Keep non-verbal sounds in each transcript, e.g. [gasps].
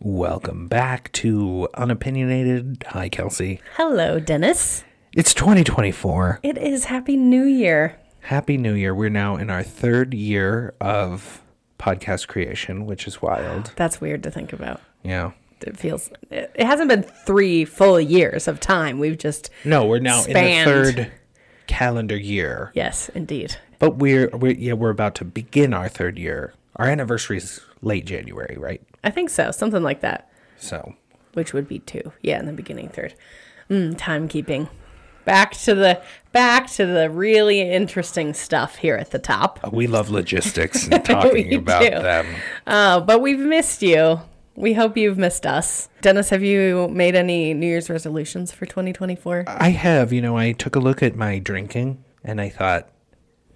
Welcome back to Unopinionated. Hi, Kelsey. Hello, Dennis. It's 2024. It is Happy New Year. Happy New Year. We're now in our third year of podcast creation, which is wild. That's weird to think about. Yeah. It feels it it hasn't been three full years of time. We've just No, we're now Spanned. in the third calendar year. yes, indeed. But we're, we're yeah, we're about to begin our third year. Our anniversary is late January, right? I think so, something like that, So which would be two. Yeah, in the beginning third. Mm, timekeeping. Back to the back to the really interesting stuff here at the top. uh, we love logistics [laughs] and talking We about do. them. Oh, but we've missed you. We hope you've missed us. Dennis, have you made any New Year's resolutions for 2024? I have, you know, I took a look at my drinking and I thought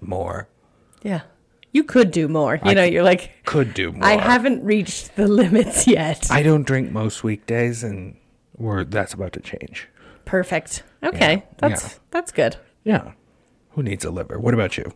more yeah. You could do more. You know, you're like could do more. I haven't reached the [laughs] limits yet. I don't drink most weekdays, and we're that's about to change. Perfect. Okay, that's yeah. that's good. Yeah. Who needs a liver? What about you?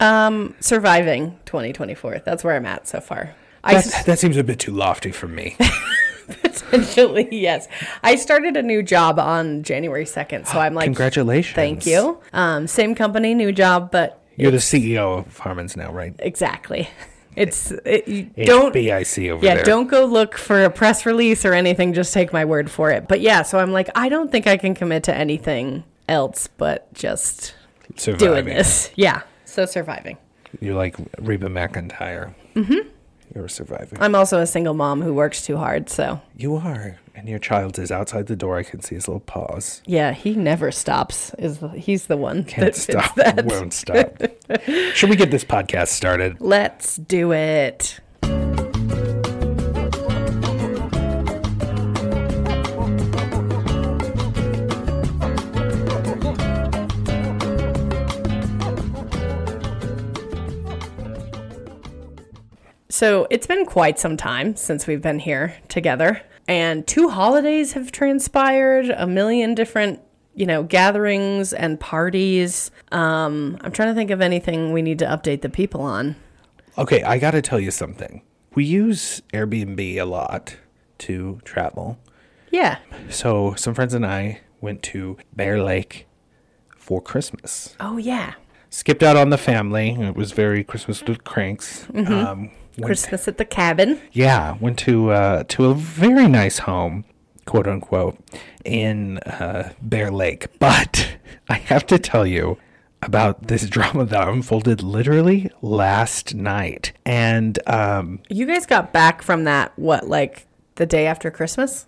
Um, surviving 2024. That's where I'm at so far. I That, that seems a bit too lofty for me. [laughs] essentially yes. I started a new job on January [gasps] 2nd, so I'm [laughs] like, Congratulations. Thank you. Um, same company, new job, but You're the CEO of Harmon's now, right? exactly. [laughs] It's it, you don't HBIC over yeah there. don't go look for a press release or anything just take my word for it but yeah so i'm like i don't think i can commit to anything else but just doing Surviving. this yeah so surviving You're like Reba McIntyre. Mm-hmm. You're surviving. i'm also a single mom who works too hard so you are. And your child is outside the door. I can see his little paws. yeah he never stops is the, he's the one Can't that fits stop. that. Won't [laughs] stop. Should we get this podcast started? let's do it So it's been quite some time since we've been here together, and two holidays have transpired, a million different, you know, gatherings and parties. Um, I'm trying to think of anything we need to update the people on. Okay, I got to tell you something. We use Airbnb a lot to travel. Yeah, So, some friends and I went to Bear Lake for Christmas. Oh yeah, Skipped out on the family. It was very Christmas with cranks. Um, went- Christmas at the cabin. yeah, went to uh, to a very nice home, quote unquote, in uh, Bear Lake. [laughs] But I have to tell you about this [laughs] drama that unfolded literally last night. And um, You guys got back from that what like the day after Christmas?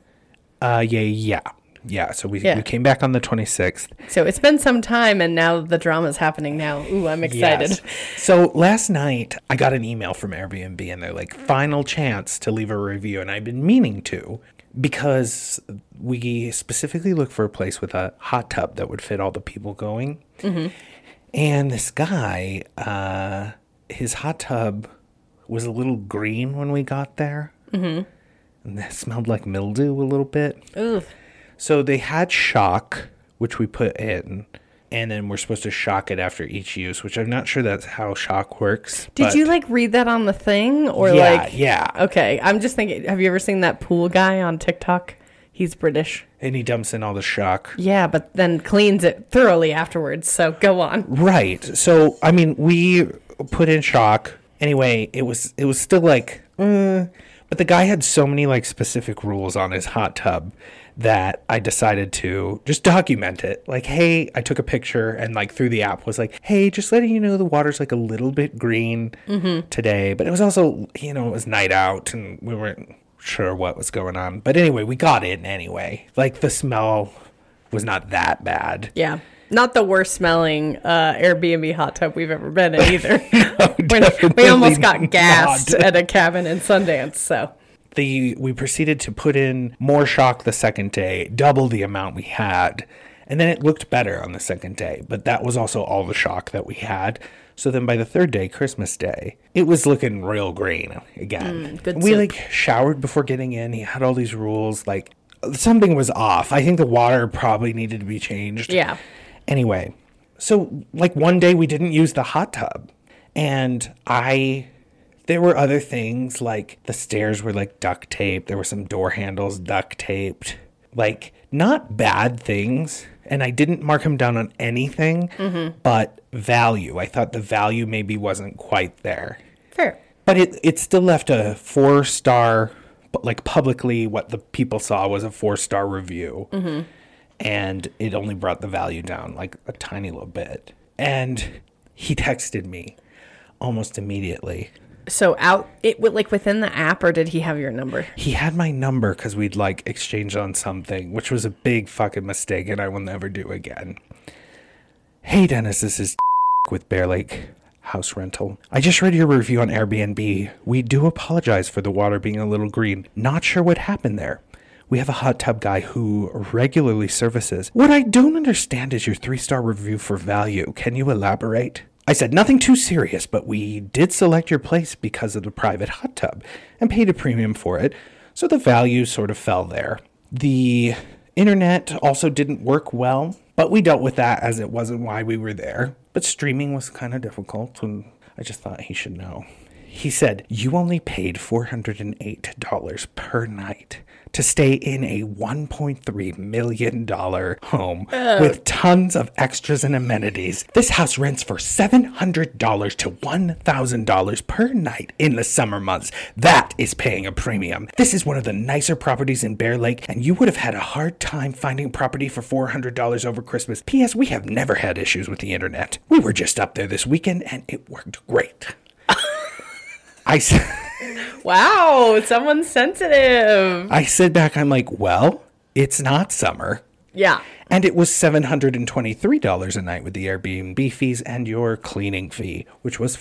Uh, yeah, yeah, yeah. So we, Yeah. we came back on the 26th. So it's been some time, and now the drama's happening. Now, ooh, I'm excited. Yes. So last night I got an email from Airbnb and they're like, final chance to leave a review. And I've been meaning to because we specifically look for a place with a hot tub that would fit all the people going. Mm-hmm. And this guy, uh, his hot tub was a little green when we got there. Mm-hmm. And that smelled like mildew a little bit. Ooh, So they had shock, which we put in, and then we're supposed to shock it after each use, which I'm not sure that's how shock works. did but- you like read that on the thing or Yeah, like? yeah. Okay, I'm just thinking. Have you ever seen that pool guy on TikTok? He's British. And he dumps in all the shock. Yeah, but then cleans it thoroughly afterwards. So go on. Right. So I mean, we put in shock. Anyway, it was it was still like, uh, But the guy had so many like specific rules on his hot tub that I decided to just document it. Like, hey, I took a picture and like through the app was like, hey, just letting you know the water's like a little bit green today. But it was also, you know, it was night out and we weren't sure what was going on. But anyway, we got in anyway. Like the smell was not that bad. Yeah. Not the worst smelling uh, Airbnb hot tub we've ever been in [laughs] either. We're- [laughs] we definitely almost got not. gassed at a cabin in Sundance. So, the we proceeded to put in more shock the second day, double the amount we had. And then it looked better on the second day, but that was also all the shock that we had. So then by the third day, Christmas Day, it was looking real green again. good we soup. like showered before getting in. He had all these rules like something was off. I think the water probably needed to be changed. Yeah. Anyway, so like one day we didn't use the hot tub, and I there were other things like the stairs were like duct taped, there were some door handles duct taped. Like not bad things, and I didn't mark him down on anything, but value. I thought the value maybe wasn't quite there. fair. But it, it still left a four star, but like publicly, what the people saw was a four star review. And it only brought the value down like a tiny little bit. And he texted me almost immediately. So, out, it w- like within the app, or did he have your number? He had my number because we'd like exchanged on something, which was a big fucking mistake and I will never do again. Hey, Dennis, this is [laughs] with Bear Lake House Rental. I just read your review on Airbnb. We do apologize for the water being a little green. Not sure what happened there. We have a hot tub guy who regularly services. What I don't understand is your three star review for value. Can you elaborate? I said nothing too serious, but we did select your place because of the private hot tub and paid a premium for it, so the value sort of fell there. The internet also didn't work well, but we dealt with that as it wasn't why we were there. But streaming was kind of difficult, and I just thought he should know. He said, You only paid $408 per night to stay in a $1.3 million home with tons of extras and amenities. This house rents for $700 to $1,000 per night in the summer months. That is paying a premium. This is one of the nicer properties in Bear Lake, and you would have had a hard time finding property for $400 over Christmas. P.S. We have never had issues with the internet. We were just up there this weekend, and it worked great. I said, Wow, someone's [laughs] sensitive. I said back, I'm like, well, it's not summer. Yeah. And it was $723 a night with the Airbnb fees and your cleaning fee, which was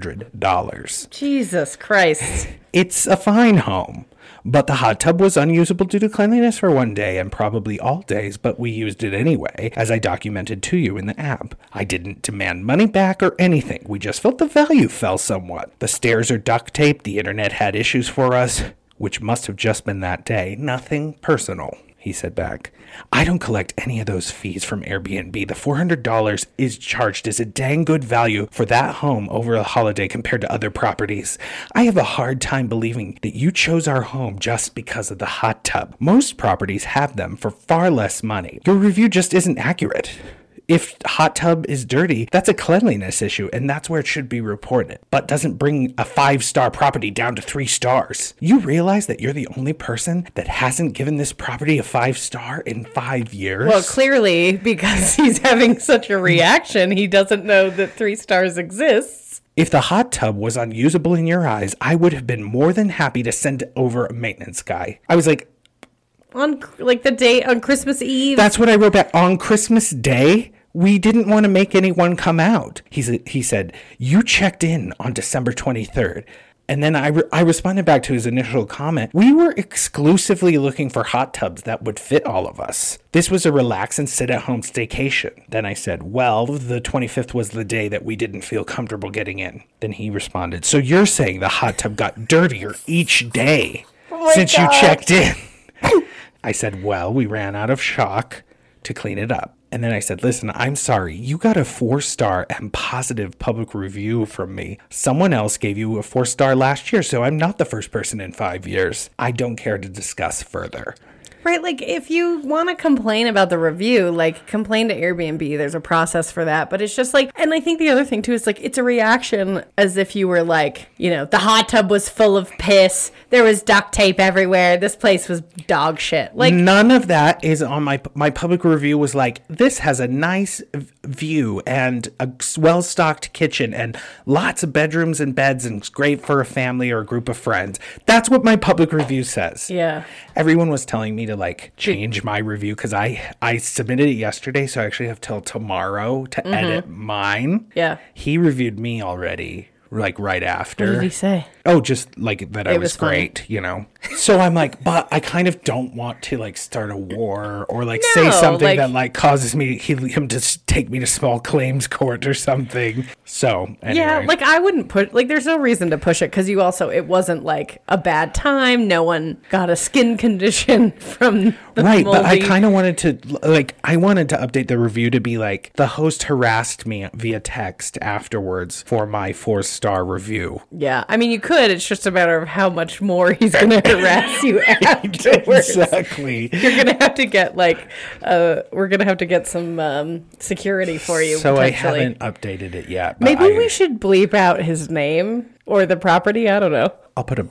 $400. Jesus Christ. It's a fine home, but the hot tub was unusable due to cleanliness for one day and probably all days, but we used it anyway, as I documented to you in the app. I didn't demand money back or anything. We just felt the value fell somewhat. The stairs are duct taped, the internet had issues for us, which must have just been that day. Nothing personal. He said back, I don't collect any of those fees from Airbnb. The $400 is charged as a dang good value for that home over a holiday compared to other properties. I have a hard time believing that you chose our home just because of the hot tub. Most properties have them for far less money. Your review just isn't accurate. If hot tub is dirty, that's a cleanliness issue and that's where it should be reported, but doesn't bring a 5-star property down to 3 stars. You realize that you're the only person that hasn't given this property a 5 star in 5 years? Well, clearly, because [laughs] he's having such a reaction, he doesn't know that three stars exists. If the hot tub was unusable in your eyes, I would have been more than happy to send over a maintenance guy. I was like, On like the day on Christmas Eve. that's what I wrote back on Christmas Day. We didn't want to make anyone come out. He said, he said, you checked in on December 23rd. And then I, re- I responded back to his initial comment. We were exclusively looking for hot tubs that would fit all of us. This was a relax and sit at home staycation. Then I said, Well, the 25th was the day that we didn't feel comfortable getting in. Then he responded, So you're saying the hot tub got dirtier each day since you checked in? I said, Well, we ran out of shock to clean it up. And then I said, Listen, I'm sorry. You got a four star and positive public review from me. Someone else gave you a four star last year, so I'm not the first person in five years. I don't care to discuss further. Right, like if you want to complain about the review, like complain to Airbnb. There's a process for that, but it's just like, and I think the other thing too is like it's a reaction as if you were like, you know, the hot tub was full of piss, there was duct tape everywhere, this place was dog shit. Like, None of that is on my my public review was like this has a nice v- view and a well stocked kitchen and lots of bedrooms and beds and it's great for a family or a group of friends. That's what my public review says. yeah, Everyone was telling me to like change my review because I I submitted it yesterday, so I actually have till tomorrow to edit mine. Mm-hmm. Yeah. he reviewed me already, like right after. what did he say? Oh, just like that I was, was funny. great, you know. So I'm like, but I kind of don't want to like start a war or like say No, something like- that like causes me he, him to s- take me to small claims court or something. So anyway. Yeah, like I wouldn't put like there's no reason to push it because you also it wasn't like a bad time. No one got a skin [laughs] condition from the right, but I moldy- kind of wanted to like I wanted to update the review to be like the host harassed me via text afterwards for my four star [laughs] review. yeah. I mean, you could. It's just a matter of how much more he's gonna [laughs] [laughs] harass you afterwards. exactly. You're gonna have to get like uh, we're gonna have to get some um, security for you. So I potentially. haven't updated it yet. but Maybe I- we should bleep out his name or the property. I don't know. I'll put a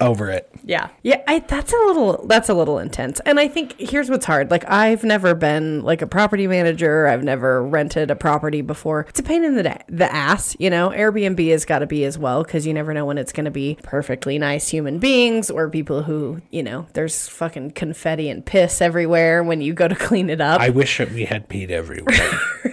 over it. Yeah. Yeah, I that's a little that's a little intense. And I think here's what's hard. Like I've never been like a property manager. I've never rented a property before. It's a pain in the da- the ass, you know. Airbnb has got to be as well cuz you never know when it's going to be perfectly nice human beings or people who, you know, there's fucking confetti and piss everywhere when you go to clean it up. I wish that we had peed [laughs] everywhere.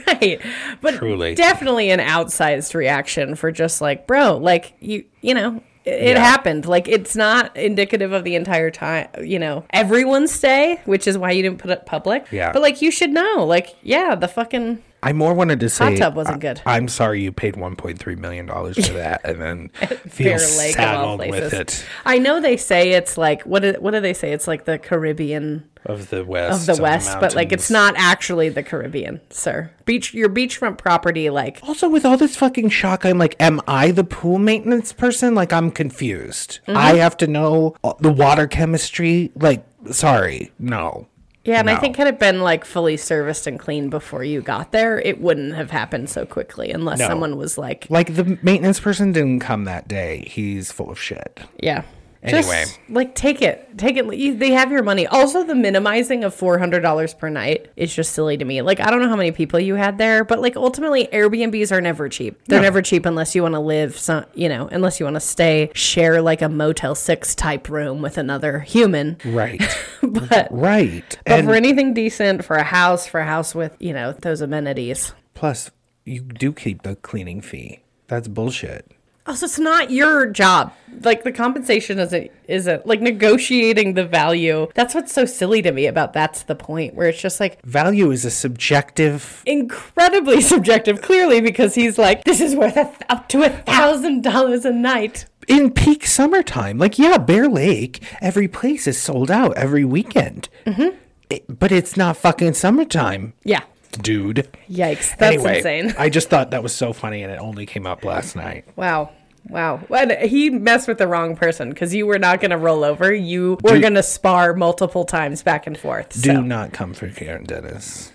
right. But Truly. definitely an outsized reaction for just like, bro, like you, you know, it, it Yeah. happened. Like it's not indicative of the entire time, you know, everyone's stay, which is why you didn't put it public. Yeah. But like you should know, like, yeah, the fucking I more wanted to say tub wasn't good. I, am sorry you paid 1.3 million dollars for that, and [laughs] then feel Bear Lake of all saddled with places. it I know they say it's like what? Do, what do they say? It's like the Caribbean of the west of the West, but like it's mountains. not actually the Caribbean, sir. Beach, your beachfront property, like Also, with all this fucking shock, I'm like, am I the pool maintenance person? Like, I'm confused. Mm-hmm. I have to know all- the water chemistry. Like, sorry, no. Yeah, and I No. think had it been like fully serviced and clean before you got there, it wouldn't have happened so quickly unless No. someone was like, Like the maintenance person didn't come that day. He's full of shit. yeah. Anyway. like take it, take it. You- They have your money. Also, the minimizing of four hundred dollars per night is just silly to me. Like, I don't know how many people you had there, but like ultimately, Airbnbs are never cheap. They're never cheap unless you want to live, some, you know, unless you want to stay share like a Motel Six type room with another human. Right, [laughs] But [laughs] right. but and for anything decent, for a house, for a house with you know those amenities. plus, you do keep the cleaning fee. That's bullshit. Also, Oh, it's not your job. Like the compensation isn't isn't like negotiating the value. That's what's so silly to me about that's the point where it's just like Value is a subjective incredibly [laughs] subjective. Clearly, because he's like, this is worth a th- up to a thousand dollars a night. in peak summertime. Like, yeah, Bear Lake, every place is sold out every weekend. Mm-hmm. but it's not fucking summertime, Yeah. dude. Yikes. That's anyway, insane. I just thought that was so funny, and it only came up last night. Wow. Wow. What he messed with the wrong person because you were not going to roll over. You were Do- going to spar multiple times back and forth. Do so not come for Karen [laughs] Dennis.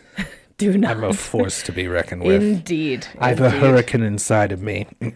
do not. I'm a force to be reckoned with. Indeed. I have a hurricane inside of me. [laughs]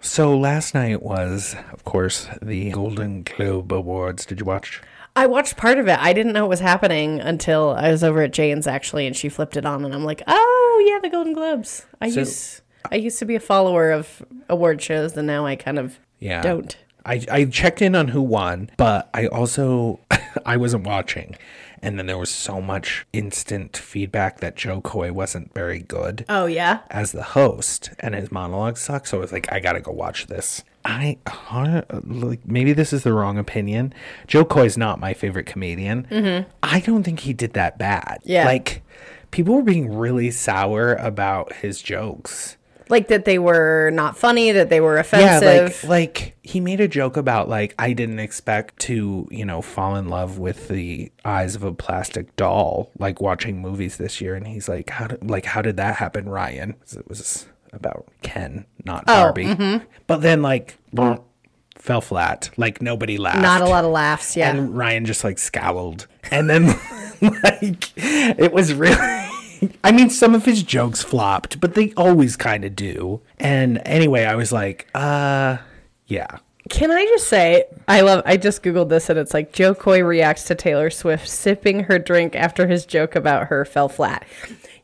so last night was, of course, the Golden Globe Awards. Did you watch? I watched part of it. I didn't know it was happening until I was over at Jane's actually, and she flipped it on, and I'm like, oh yeah, the Golden Globes. I So- used I used to be a follower of award shows, and now I kind of Yeah. don't. I, I checked in on who won, but I also [laughs] I wasn't watching. And then there was so much instant feedback that Joe Coy wasn't very good Oh yeah, as the host and his monologue sucks. So I was like, I gotta go watch this. I har- like maybe this is the wrong opinion. Joe Coy's not my favorite comedian. I don't think he did that bad. Yeah. like people were being really sour about his jokes. like that they were not funny, that they were Yeah, offensive. like like he made a joke about like I didn't expect to you know fall in love with the eyes of a plastic doll like watching movies this year, and he's like how did, like how did that happen, Oh, mm-hmm. Ryan? 'Cause It was about Ken, not Barbie. But then like [sniffs] fell flat. Like nobody laughed. Not a lot of laughs. Yeah. And Ryan just like scowled. And then [laughs] like it was really I mean some of his jokes flopped, but they always kind of do. And anyway, I was like, uh yeah. Can I just say, I love, I just Googled this and it's like Joe Coy reacts to Taylor Swift sipping her drink after his joke about her fell flat.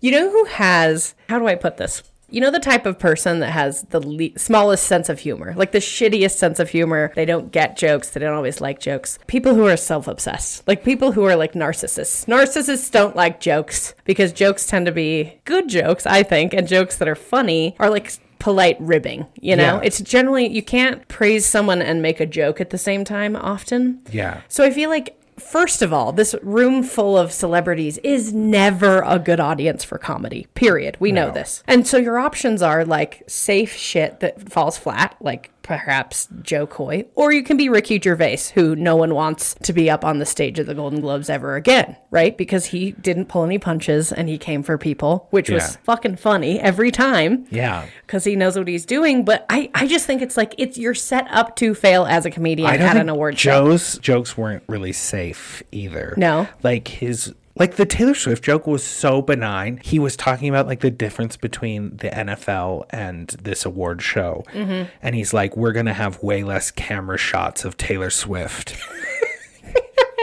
You know who has, how do I put this? You know the type of person that has the le- smallest sense of humor, like the shittiest sense of humor. They don't get jokes, they don't always like jokes. People who are self obsessed, like people who are like narcissists. Narcissists don't like jokes because jokes tend to be good jokes, I think, and jokes that are funny are like polite ribbing. You know, Yeah. it's generally you can't praise someone and make a joke at the same time often. Yeah. So I feel like. First of all, this room full of celebrities is never a good audience for comedy. Period. We know this. And so your options are like safe shit that falls flat, like perhaps Joe Coy, or you can be Ricky Gervais, who no one wants to be up on the stage of the Golden Globes ever again, right? Because he didn't pull any punches and he came for people, which was Yeah. fucking funny every time Yeah. because he knows what he's doing. But I, I just think it's like it's you're set up to fail as a comedian I don't at think an award show. [laughs] Joe's jokes weren't really safe either. No. Like his like the Taylor Swift joke was so benign. He was talking about like the difference between the NFL and this award show. Mm-hmm. And he's like, we're going to have way less camera shots of Taylor Swift.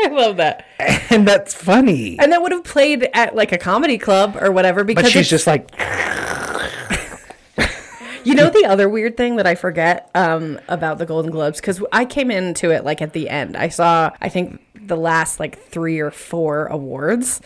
I love that, and that's funny. and that would have played at like a comedy club or whatever. Because But she's it's- just like, you know the other weird thing that I forget um, about the Golden Globes because I came into it like at the end. I saw I think the last like three or four awards,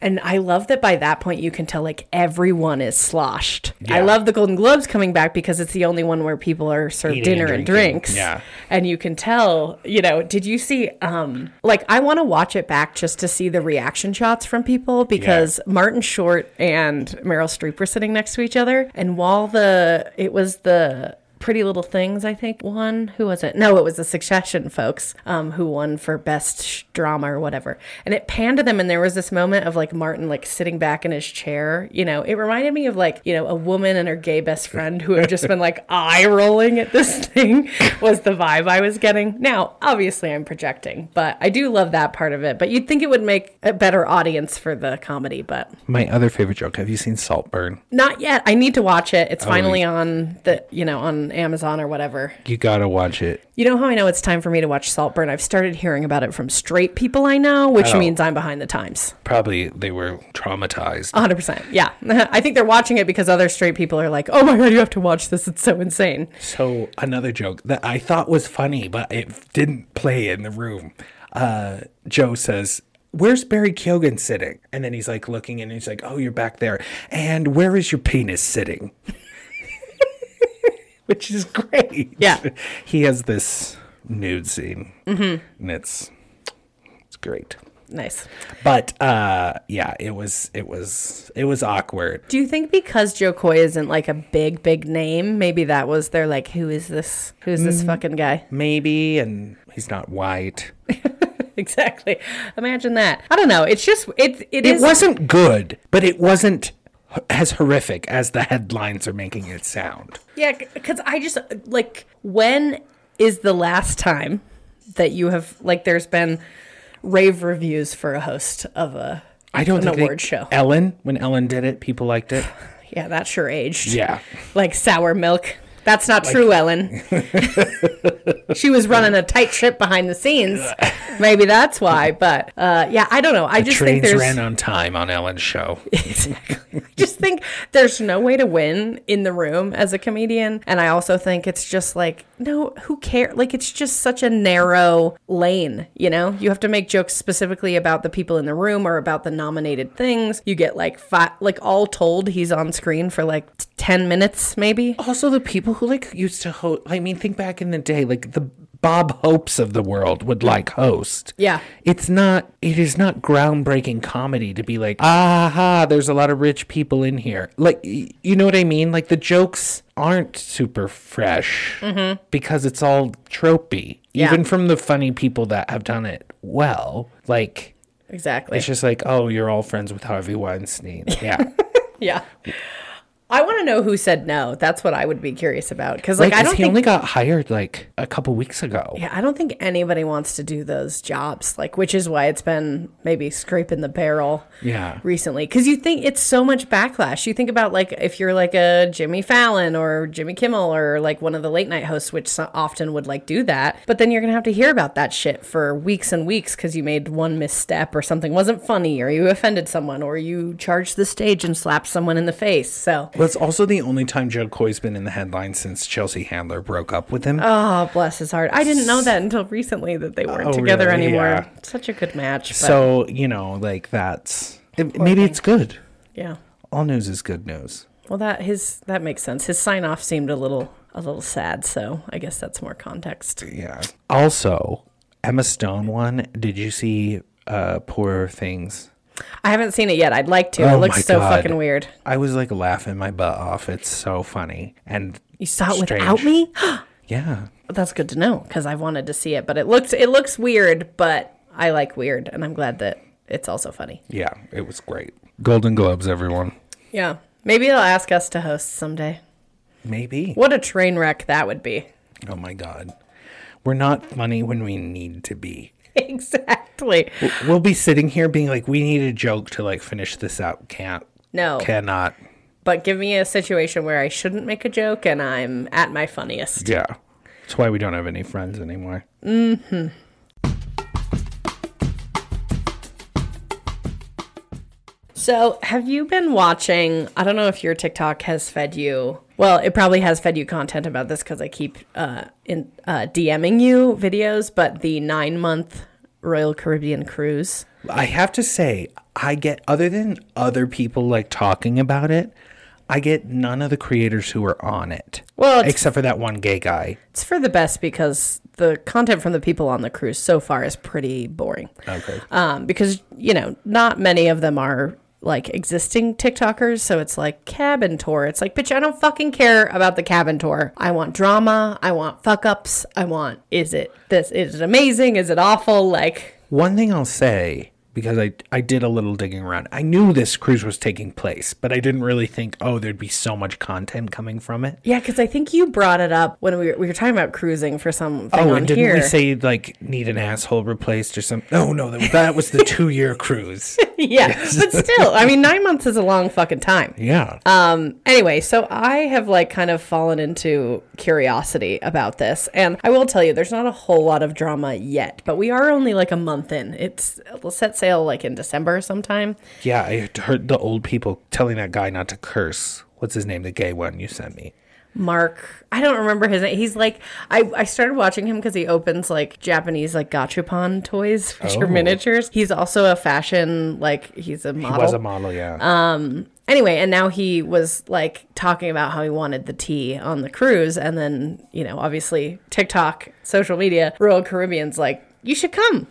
and I love that by that point you can tell like everyone is sloshed. I love the Golden Globes coming back because it's the only one where people are served Eating and dinner and drinking. drinks. Yeah. and you can tell you know did you see um like i want to watch it back just to see the reaction shots from people because martin short and meryl streep were sitting next to each other and while the it was the pretty little things i think one who was it no it was the succession folks um, who won for best sh- drama or whatever and it panned to them and there was this moment of like martin like sitting back in his chair you know it reminded me of like you know a woman and her gay best friend who have just been like eye rolling at this thing was the vibe I was getting. Now, obviously, I'm projecting, but I do love that part of it. But you'd think it would make a better audience for the comedy, but my other favorite joke. Have you seen Saltburn? not yet. I need to watch it. It's finally on the you know on Amazon or whatever. You got to watch it. You know how I know it's time for me to watch Saltburn? I've started hearing about it from straight people I know, which means I'm behind the times. Probably they were traumatized. Uh, 100%. Yeah. [laughs] I think they're watching it because other straight people are like, oh my God, you have to watch this. It's so insane. So another joke that I thought was funny, but it didn't play in the room. Uh, Joe says, "Where's Barry Keoghan sitting?" And then he's like looking, and he's like, "Oh, you're back there." And where is your penis sitting? [laughs] Which is great. Yeah. he has this nude scene, Mm-hmm. and it's it's great. Nice. But uh, yeah, it was it was it was awkward. Do you think because Joe Coy isn't like a big, big name, maybe that was their like, who is this? Who's this fucking guy? Maybe, and he's not white. [laughs] Exactly. Imagine that. I don't know. It's just it. It It is. wasn't good, but it wasn't h- as horrific as the headlines are making it sound. yeah, because I just like when is the last time that you have like there's been rave reviews for a host of a I don't an think they- award show. Ellen, when Ellen did it, people liked [sighs] it. Yeah, that sure aged. Yeah. Like sour milk. That's not true, [laughs] Ellen. she was running a tight ship behind the scenes. Maybe that's why. But uh, yeah, I don't know. I just Trains think there's ran on time on Ellen's show. Exactly. [laughs] I just think there's no way to win in the room as a comedian. And I also think it's just like, no, who cares? Like, it's just such a narrow lane, you know? You have to make jokes specifically about the people in the room or about the nominated things. You get like five, like all told, he's on screen for like t- 10 minutes, maybe. also, the people who like used to host, I mean, think back in the day, like the Bob Hopes of the world would like host. Yeah. It's not, it is not groundbreaking comedy to be like, aha, there's a lot of rich people in here. Like, y- you know what I mean? Like, the jokes aren't super fresh because it's all tropey. Mm-hmm. Yeah. Even from the funny people that have done it well. Like, Exactly. [laughs] it's just like, oh, you're all friends with Harvey Weinstein. Yeah. Yeah. I want to know who said no. That's what I would be curious about. Because like, I is don't he think only got hired like a couple weeks ago. yeah, I don't think anybody wants to do those jobs. Like, which is why it's been maybe scraping the barrel. Yeah. recently because you think it's so much backlash. You think about like if you're like a Jimmy Fallon or Jimmy Kimmel or like one of the late night hosts, which so- often would like do that, but then you're gonna have to hear about that shit for weeks and weeks because you made one misstep or something wasn't funny or you offended someone or you charged the stage and slapped someone in the face. So, Well, it's also the only time Joe Coy's been in the headlines since Chelsea Handler broke up with him. oh bless his heart, I didn't know that until recently that they weren't Oh, together really? anymore. Yeah. Such a good match. But, so, you know, like that's it, maybe it's good. yeah. All news is good news. Well, that his that makes sense. His sign off seemed a little a little sad, so I guess that's more context. Yeah. Also, Emma Stone one. Did you see uh Poor Things? I haven't seen it yet. I'd like to. Oh it looks my so God. fucking weird. I was like laughing my butt off. It's so funny. And You saw it Strange. without me? [gasps] yeah, That's good to know because I wanted to see it, but it looks it looks weird. But I like weird, and I'm glad that it's also funny. yeah, it was great. Golden Globes, everyone. Yeah, maybe they'll ask us to host someday. Maybe. What a train wreck that would be! [laughs] Oh my God. We're not funny when we need to be. exactly. We'll be sitting here being like, we need a joke to like finish this out. Can't. No, Cannot. but give me a situation where I shouldn't make a joke, and I'm at my funniest. Yeah. That's why we don't have any friends anymore. So, have you been watching? I don't know if your TikTok has fed you. Well, it probably has fed you content about this because I keep uh, in uh, DMing you videos. But the nine month Royal Caribbean cruise. I have to say, I get, other than other people like talking about it, I get none of the creators who are on it. Well, it's- except for that one gay guy. It's for the best because the content from the people on the cruise so far is pretty boring. Okay. um, because you know not many of them are like existing TikTokers. So it's like cabin tour. It's like, bitch, I don't fucking care about the cabin tour. I want drama. I want fuck ups. I want is it this? Is it amazing? Is it awful? Like, One thing I'll say, because I, I did a little digging around, I knew this cruise was taking place, but I didn't really think, oh, there'd be so much content coming from it. yeah, because I think you brought it up when we were, we were talking about cruising for something Oh, on and didn't here. we say you'd like need an asshole replaced or something? Oh no, that, that was the two [laughs] year cruise. [laughs] yeah, but still, I mean, nine months is a long fucking time. Yeah. Um, Anyway, so I have like kind of fallen into curiosity about this. And I will tell you, there's not a whole lot of drama yet, but we are only like a month in. It's it'll set sail like in December sometime. yeah, I heard the old people telling that guy not to curse. What's his name? The gay one you sent me. Mark, I don't remember his name. He's like, I, I started watching him because he opens like Japanese like gachapon toys, [laughs] which are Oh. miniatures. He's also a fashion, like, he's a model. Um, He was a model, yeah. anyway, and now he was like talking about how he wanted the tea on the cruise, and then you know, obviously TikTok, social media, Royal Caribbean's like, you should come.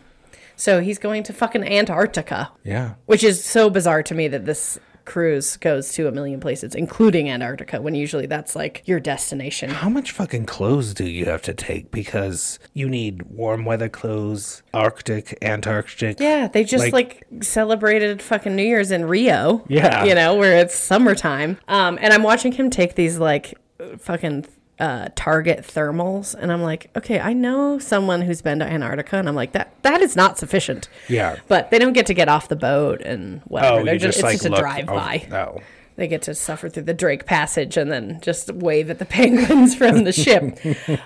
So he's going to fucking Antarctica, yeah. which is so bizarre to me that this cruise goes to a million places, including Antarctica, when usually that's like your destination. How much fucking clothes do you have to take? Because you need warm weather clothes, Arctic, Antarctic. Yeah, they just like, celebrated fucking New Year's in Rio. Yeah. You know, where it's summertime. Um, and I'm watching him take these like fucking uh, Target thermals, and I'm like, okay, I know someone who's been to Antarctica, and I'm like, that that is not sufficient. Yeah. But they don't get to get off the boat and whatever. Oh, They're you just, like it's just look- a drive by. Oh, no. They get to suffer through the Drake Passage and then just wave at the [laughs] penguins from the ship.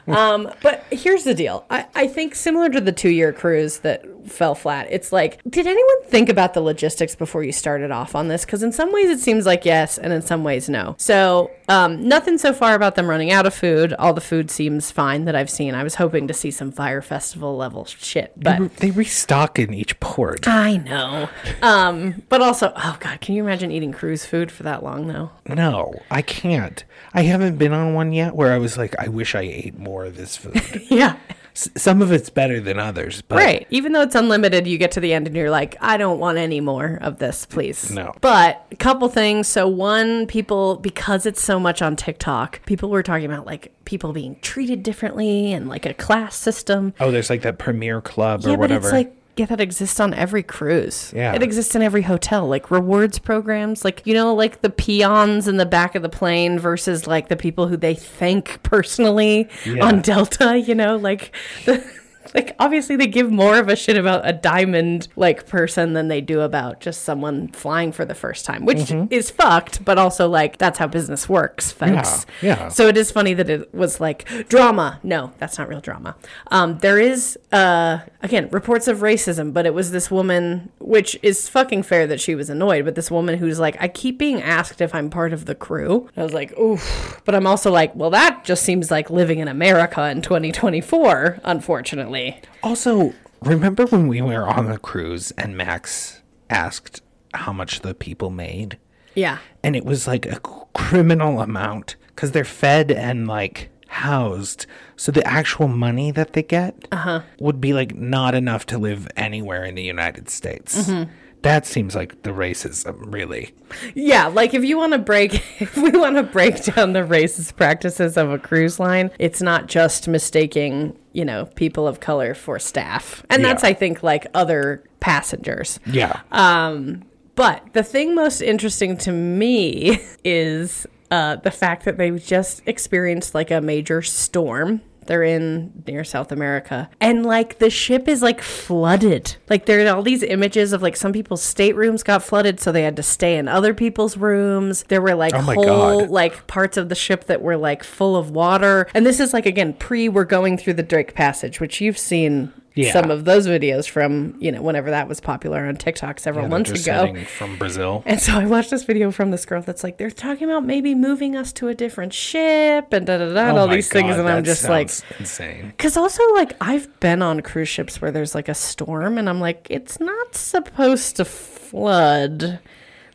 Um, but here's the deal I, I think, similar to the two year cruise that fell flat, it's like, did anyone think about the logistics before you started off on this? Because in some ways it seems like yes, and in some ways no. So, um, nothing so far about them running out of food. All the food seems fine that I've seen. I was hoping to see some Fire Festival level shit, but. They restock in each port. I know. Um, but also, oh God, can you imagine eating cruise food for that long though? No, I can't. I haven't been on one yet where I was like, I wish I ate more of this food. [laughs] Yeah. S- Some of [laughs] it's better than others, but Right. Even though it's unlimited, you get to the end and you're like, I don't want any more of this, please. No. But a couple things. So, one, people, because it's so much on TikTok, people were talking about like people being treated differently and like a class system. oh, there's like that Premier Club or yeah, but whatever. it's like, Yeah, that exists on every cruise. Yeah. It exists in every hotel, like rewards programs, like, you know, like the peons in the back of the plane versus like the people who they thank personally on Delta, you know, like the. [laughs] Like obviously they give more of a shit about a diamond like person than they do about just someone flying for the first time, which Mm-hmm. is fucked, but also like that's how business works, folks. Yeah, yeah. So it is funny that it was like drama. No, that's not real drama. Um, there is uh, again reports of racism, but it was this woman, which is fucking fair that she was annoyed. But this woman who's like, I keep being asked if I'm part of the crew. I was like, oof. But I'm also like, well, that just seems like living in America in 2024, unfortunately. Also, remember when we were on the cruise and Max asked how much the people made? Yeah. And it was like a criminal amount because they're fed and like housed. So the actual money that they get would be like not enough to live anywhere in the United States. That seems like the racism, really. Yeah, like if you want to break, [laughs] if we want to break down the racist practices of a cruise line, it's not just mistaking, you know, people of color for staff. And that's, Yeah. I think, like other passengers. Yeah. But the thing most interesting to me [laughs] is uh, the fact that they just experienced like a major storm. They're in near South America. And like the ship is like flooded. Like there are all these images of like some people's staterooms got flooded, so they had to stay in other people's rooms. There were like Oh my whole God. like parts of the ship that were like full of water. And this is like again pre we're going through the Drake Passage, which you've seen Yeah. some of those videos from, you know, whenever that was popular on TikTok several They're months [laughs] ago. descending From Brazil. And so I watched this video from this girl that's like, they're talking about maybe moving us to a different ship and da da da, and Oh all my these things. God, And I'm that just like, sounds insane. because also, like, I've been on cruise ships where there's like a storm, and I'm like, it's not supposed to flood.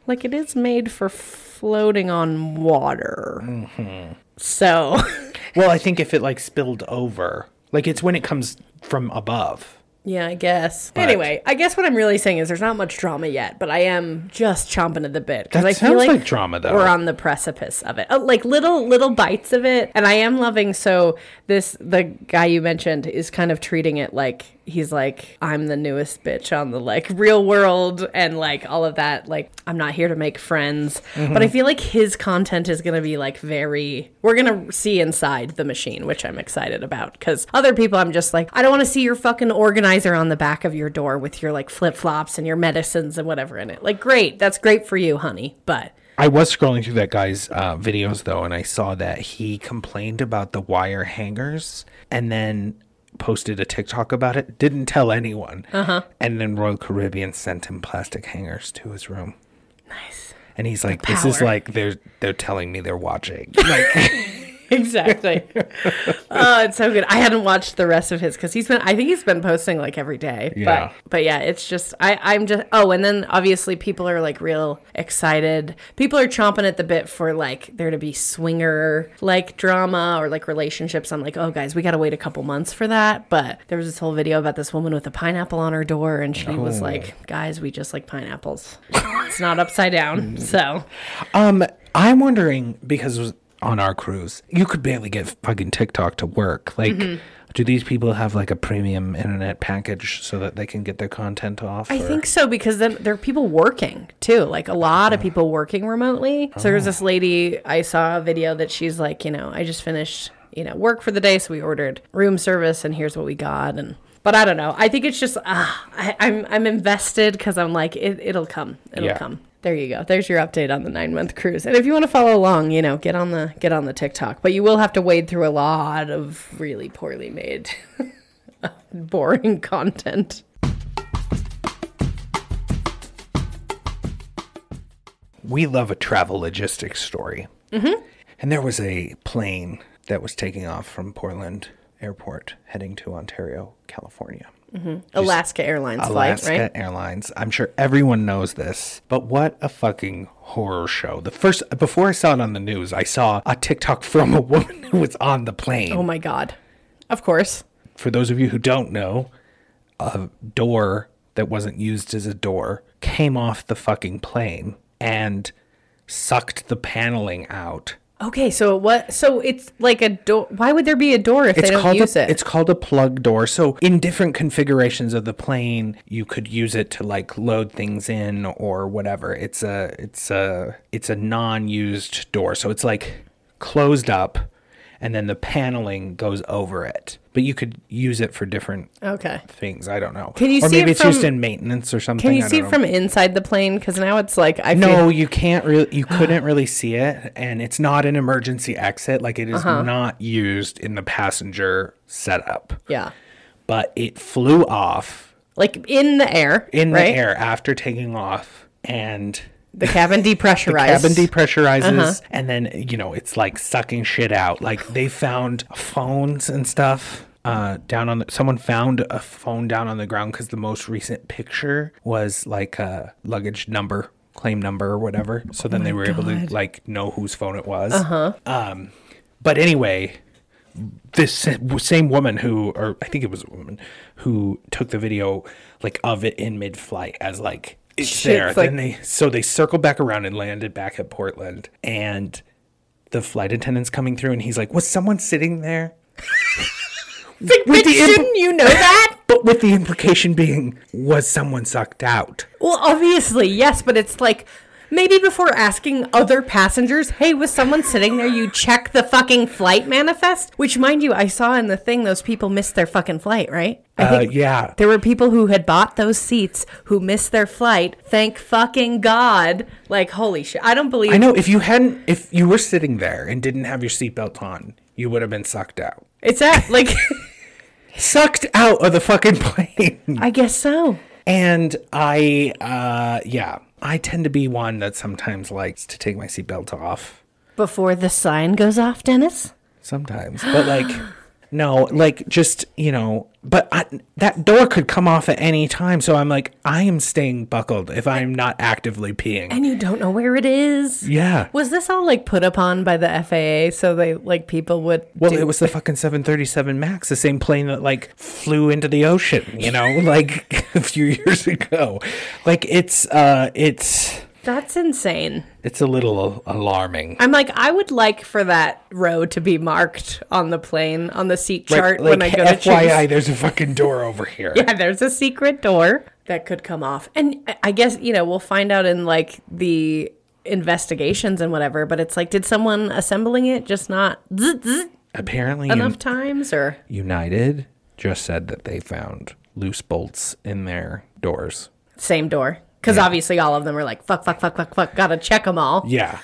Like, it is made for floating on water. Mm-hmm. So, [laughs] Well, I think if it like spilled over, like it's when it comes from above. yeah, I guess. anyway, I guess what I'm really saying is there's not much drama yet, but I am just chomping at the bit. because That I sounds like drama, though. We're on the precipice of it. Oh, like little little bites of it. And I am loving so this the guy you mentioned is kind of treating it like he's like I'm the newest bitch on the like real world and like all of that like I'm not here to make friends. But I feel like his content is going to be like very we're going to see inside the machine, which I'm excited about cuz other people I'm just like I don't want to see your fucking organizer on the back of your door with your like flip-flops and your medicines and whatever in it. Like great, that's great for you, honey, but I was scrolling through that guy's uh, videos though, and I saw that he complained about the wire hangers and then posted a TikTok about it. Didn't tell anyone. Uh-huh. And then Royal Caribbean sent him plastic hangers to his room. Nice. And he's like, "This is power. like they're they're telling me they're watching." Like, [laughs] [laughs] exactly. oh, it's so good. I hadn't watched the rest of his because he's been. I think he's been posting like every day. Yeah. But but yeah, it's just I I'm just oh, and then obviously people are like real excited. People are chomping at the bit for like there to be swinger like drama or like relationships. I'm like, oh guys, we gotta wait a couple months for that. But there was this whole video about this woman with a pineapple on her door, and she was like, guys, we just like pineapples. it's not upside down. So um, I'm wondering because it was on our cruise, you could barely get fucking TikTok to work. Like. Mm-hmm. Do these people have like a premium internet package so that they can get their content off? I think so because then there are people working too, like a lot of people working remotely. So there's this lady I saw a video that she's like, you know, I just finished, you know, work for the day, so we ordered room service, and here's what we got, and. But I don't know. I think it's just uh, I, I'm I'm invested because I'm like it, it'll come, it'll Yeah. come. There you go. There's your update on the nine month cruise. And if you want to follow along, you know, get on the get on the TikTok. But you will have to wade through a lot of really poorly made, [laughs] boring content. we love a travel logistics story. Mm-hmm. And there was a plane that was taking off from Portland Airport heading to Ontario, California. Alaska Airlines Alaska flight, right? Airlines. I'm sure everyone knows this, but what a fucking horror show. The first, before I saw it on the news, I saw a TikTok [laughs] from a woman who was on the plane. Oh my god. Of course. For those of you who don't know, a door that wasn't used as a door came off the fucking plane and sucked the paneling out. Okay, so what? So it's like a door. Why would there be a door if It's they don't called use a, it? it's called a plug door. So in different configurations of the plane, you could use it to like load things in or whatever. It's a it's a it's a non-used door. So it's like closed up and then the paneling goes over it. But you could use it for different okay. things. I don't know. Oh. Can you or see maybe it it's used from- in maintenance or something. Can you I see don't it know. from inside the plane? Because now it's like I No, feel you can't really you couldn't really see it and it's not an emergency exit like it is Uh-huh. not used in the passenger setup yeah, but it flew off like in the air, in the right? air after taking off and [laughs] The cabin depressurized. cabin depressurizes and then you know it's like sucking shit out like they found phones and stuff uh, down on the, someone found a phone down on the ground because the most recent picture was like a luggage number claim number or whatever so then they were able to like know whose phone it was uh-huh. um, but anyway this sa- w- same woman who or i think it was a woman who took the video like of it in mid-flight as like it's Shit, there it's then they so they circled back around and landed back at portland and the flight attendant's coming through and he's like was someone sitting there It's like, With bitch, the imp- shouldn't you know that? but with the implication being was someone sucked out well, obviously yes, but it's like. Maybe before asking other passengers, hey, was someone sitting there? You check the fucking flight manifest? Which, mind you, I saw in the thing those people missed their fucking flight, right? I uh, yeah There were people who had bought those seats who missed their flight. Thank fucking God. Like, holy shit. I don't believe i know if you hadn't if you were sitting there and didn't have your seatbelt on you would have been sucked out [laughs] it's that. Like, sucked out of the fucking [laughs] plane I guess so. And I, uh, yeah, I tend to be one that sometimes likes to take my seatbelt off. Before the sign goes off, Dennis? Sometimes, but [gasps] like, no, like just you know. But I, that door could come off at any time, so I'm like, I am staying buckled if I'm not actively peeing. And you don't know where it is. Yeah. Was this all like put upon by the FAA so they like people would Well, do- it was the fucking 737 Max, the same plane that like flew into the ocean, you know, [laughs] like a few years ago. Like it's, uh, it's, That's insane. it's a little alarming. I'm like I would like for that row to be marked on the plane on the seat chart like, when I go to choose. [laughs] FYI, there's a fucking door over here. Yeah, there's a secret door that could come off. And I- I guess, you know, we'll find out in like the investigations and whatever, but it's like, did someone assembling it just not zzz, zzz Apparently, enough Un- times or? United just said that they found loose bolts in their doors. Same door. Because obviously all of them are like, fuck, fuck, fuck, fuck, fuck, gotta check them all. Yeah.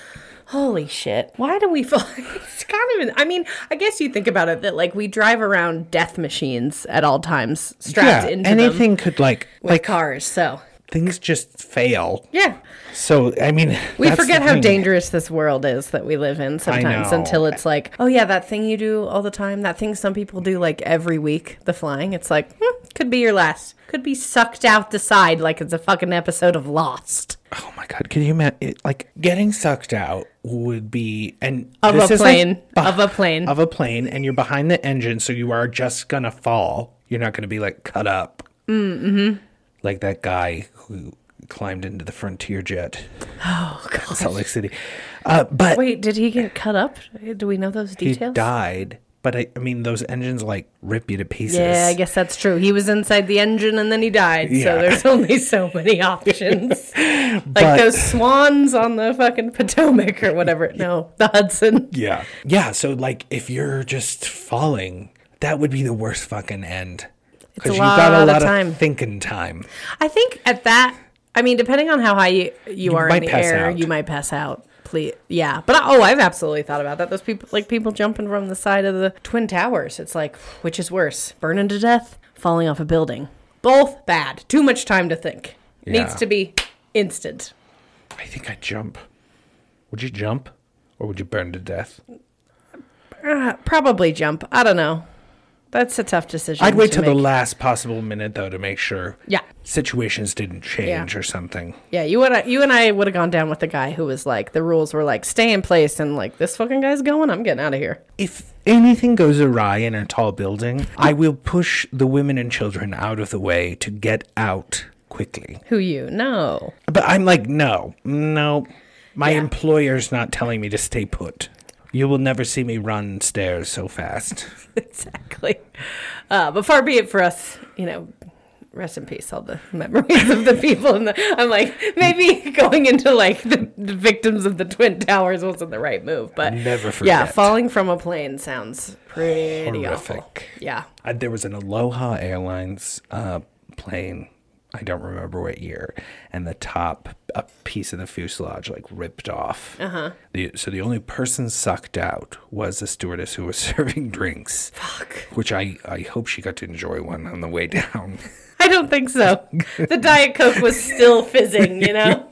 Holy shit. Why do we fall? [laughs] It's kind of, I mean, I guess you think about it that like we drive around death machines at all times, strapped yeah. into them Anything could, like, with like cars. So, things just fail. yeah. So, I mean, We that's the forget how thing. dangerous this world is that we live in sometimes know. until it's like, oh yeah, that thing you do all the time, that thing some people do like every week, the flying. It's like, hmm, could be your last. Could be sucked out the side like it's a fucking episode of Lost. Oh my God. Can you imagine? Like, getting sucked out would be, and Of this a is, like, plane. beh- of a plane. of a plane, and you're behind the engine, so you are just gonna fall. You're not gonna be like cut up. Mm-hmm. Like that guy who climbed into the Frontier jet. Oh God, [laughs] Salt Lake City. Uh, but Wait, did he get cut up? Do we know those he details? died. But I, I mean, those engines like rip you to pieces. yeah, I guess that's true. He was inside the engine and then he died. Yeah. So there's only so [laughs] many options. like But- those swans on the fucking Potomac [laughs] or whatever. No, the Hudson. Yeah. Yeah. So like, if you're just falling, that would be the worst fucking end. Because a you got lot a of lot of, time. thinking time. I think at that, I mean, depending on how high you, you are might in the pass air, out. you might pass out. Please, yeah. But I, oh, I've absolutely thought about that. Those people, like people jumping from the side of the twin towers. It's like, which is worse, burning to death, falling off a building? Both bad. Too much time to think. Needs Yeah. to be instant. I think I jump. Would you jump, or would you burn to death? Uh, probably jump. I don't know. That's a tough decision. I'd wait to till the make. last possible minute though to make sure Yeah. situations didn't change or something. Yeah, you would. You and I would have gone down with the guy who was like, the rules were like, stay in place, and like this fucking guy's going. I'm getting out of here. If anything goes awry in a tall building, I will push the women and children out of the way to get out quickly. Who you? No. But I'm like, no, no. My employer's not telling me to stay put. You will never see me run stairs so fast. [laughs] exactly. Uh, but far be it for us, you know, rest in peace, all the memories of the people. And the, I'm like, maybe [laughs] going into like the, the victims of the Twin Towers wasn't the right move, but Never yeah, forget. falling from a plane sounds pretty awful. Horrific. Yeah. Uh, there was an Aloha Airlines uh, plane. I don't remember what year, and the top a piece of the fuselage like ripped off. Uh-huh. The, so the only person sucked out was the stewardess who was [laughs] serving drinks. Fuck. Which I I hope she got to enjoy one on the way down. [laughs] I don't think so. The Diet Coke was still fizzing, [laughs] you know?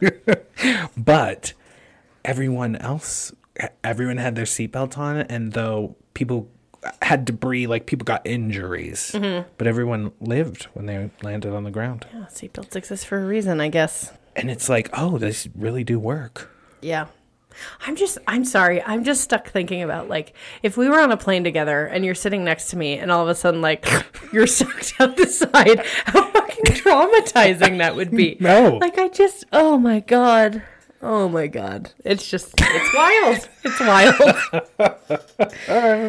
but everyone else everyone had their seatbelt on and though people had debris like people got injuries but everyone lived when they landed on the ground Oh, Seatbelts exist for a reason, I guess. and it's like oh these really do work Yeah. I'm just, I'm sorry. I'm just stuck thinking about like if we were on a plane together and you're sitting next to me and all of a sudden like [laughs] you're sucked out the side, [laughs] how fucking traumatizing that would be. No. Like I just, oh my God. Oh my God. It's just, it's wild. It's [laughs] wild.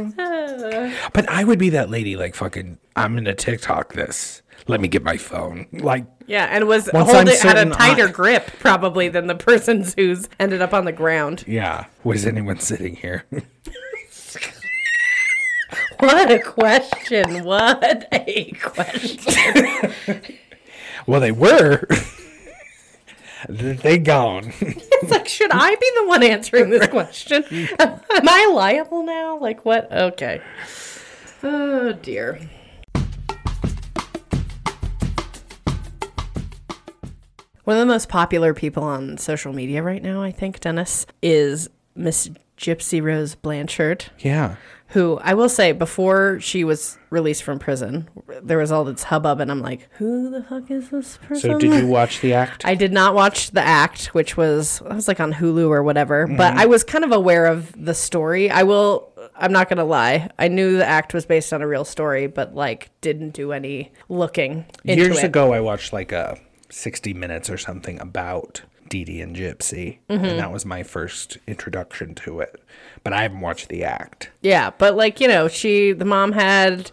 but i would be that lady like fucking i'm gonna tiktok this let me get my phone like Yeah. And was, Once hold I'm it, had a certain I- tighter grip probably than the person's who's ended up on the ground. yeah was anyone sitting here [laughs] [laughs] What a question. What a question. well they were [laughs] they gone It's like, should I be the one answering this question? Am I liable now? Like, what? Okay. Oh, dear. One of the most popular people on social media right now, I think, Dennis, is Miss Gypsy Rose Blanchard yeah who I will say before she was released from prison, there was all this hubbub, and I'm like, who the fuck is this person? so did you watch the act I did not watch the act, which was I was like on Hulu or whatever, but Mm-hmm. I was kind of aware of the story. I will. I'm not gonna lie. I knew the act was based on a real story, but like didn't do any looking into years it. ago i watched like a 60 minutes or something about Dee Dee and Gypsy, Mm-hmm. and that was my first introduction to it. But I haven't watched the act. Yeah, but like, you know, she the mom had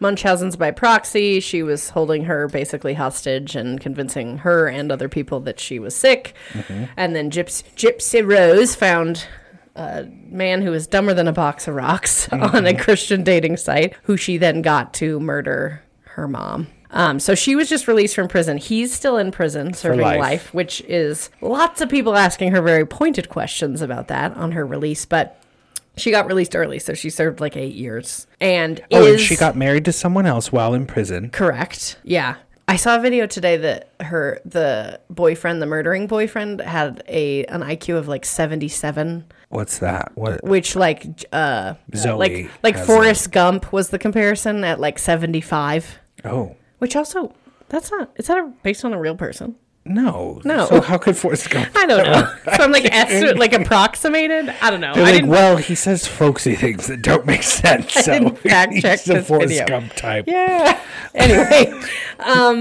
Munchausen's by proxy. She was holding her basically hostage and convincing her and other people that she was sick. And then Gyps- Gypsy Rose found a man who was dumber than a box of rocks [laughs] on a Christian dating site who she then got to murder her mom. Um, so she was just released from prison. He's still in prison serving life. life which is lots of people asking her very pointed questions about that on her release, but she got released early, so she served like eight years. And Oh, is and she got married to someone else while in prison. correct. Yeah. I saw a video today that her the boyfriend, the murdering boyfriend, had a an IQ of like seventy seven, What's that? What? which like j- uh Zoe like like has Forrest Gump was the comparison at like seventy five. Oh, Which also that's not is that a, based on a real person? no. No. So how could Forrest go? [laughs] [laughs] I don't know. so I'm like estimate, like approximated. I don't know. They're I like, didn't well, he says folksy things that don't make [laughs] sense. So didn't fact check [laughs] he's the this Forrest video. Gump type. [laughs] Yeah. Anyway, um,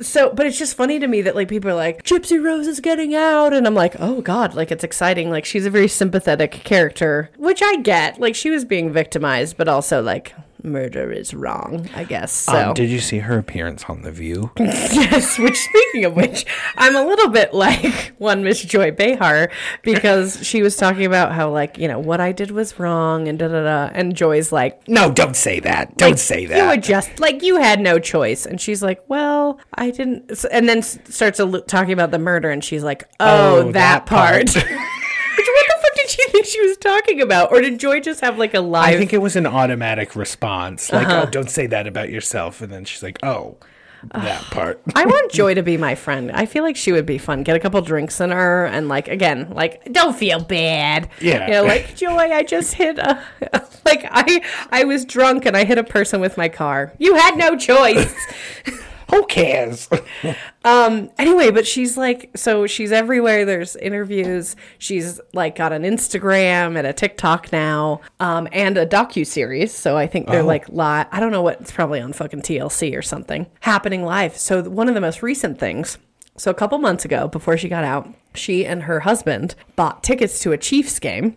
so but it's just funny to me that like people are like Gypsy Rose is getting out, and I'm like, oh god, like it's exciting. Like she's a very sympathetic character, which I get. Like she was being victimized, but also like murder is wrong, I guess. So Um, did you see her appearance on The View? yes. [laughs] Which speaking of which, I'm a little bit like [laughs] one Miss Joy Behar because she was talking about how like you know what I did was wrong and da da da, and Joy's like no, don't say that. Don't like, say You that. were just like you had no choice. And she's like, "Well, I didn't." s- And then s- starts a l- talking about the murder, and she's like, "Oh, Oh, that, that [laughs] part." [laughs] part. Which what the fuck did she think she was talking about, or did Joy just have like a I live? think it was an automatic response, like, Uh-huh. "Oh, don't say that about yourself," and then she's like, "Oh, [sighs] that part." I [laughs] want Joy to be my friend. I feel like she would be fun. Get a couple drinks in her, and like again, like don't feel bad. Yeah. you know, like Joy, I just hit a, [laughs] like I I was drunk and I hit a person with my car. You had no choice. [laughs] Who cares? anyway, but she's like, so she's everywhere. There's interviews. She's like got an Instagram and a TikTok now, um, and a docu series. So I think they're like live. I don't know what it's probably on fucking TLC or something happening live. So one of the most recent things. So a couple months ago, before she got out, she and her husband bought tickets to a Chiefs game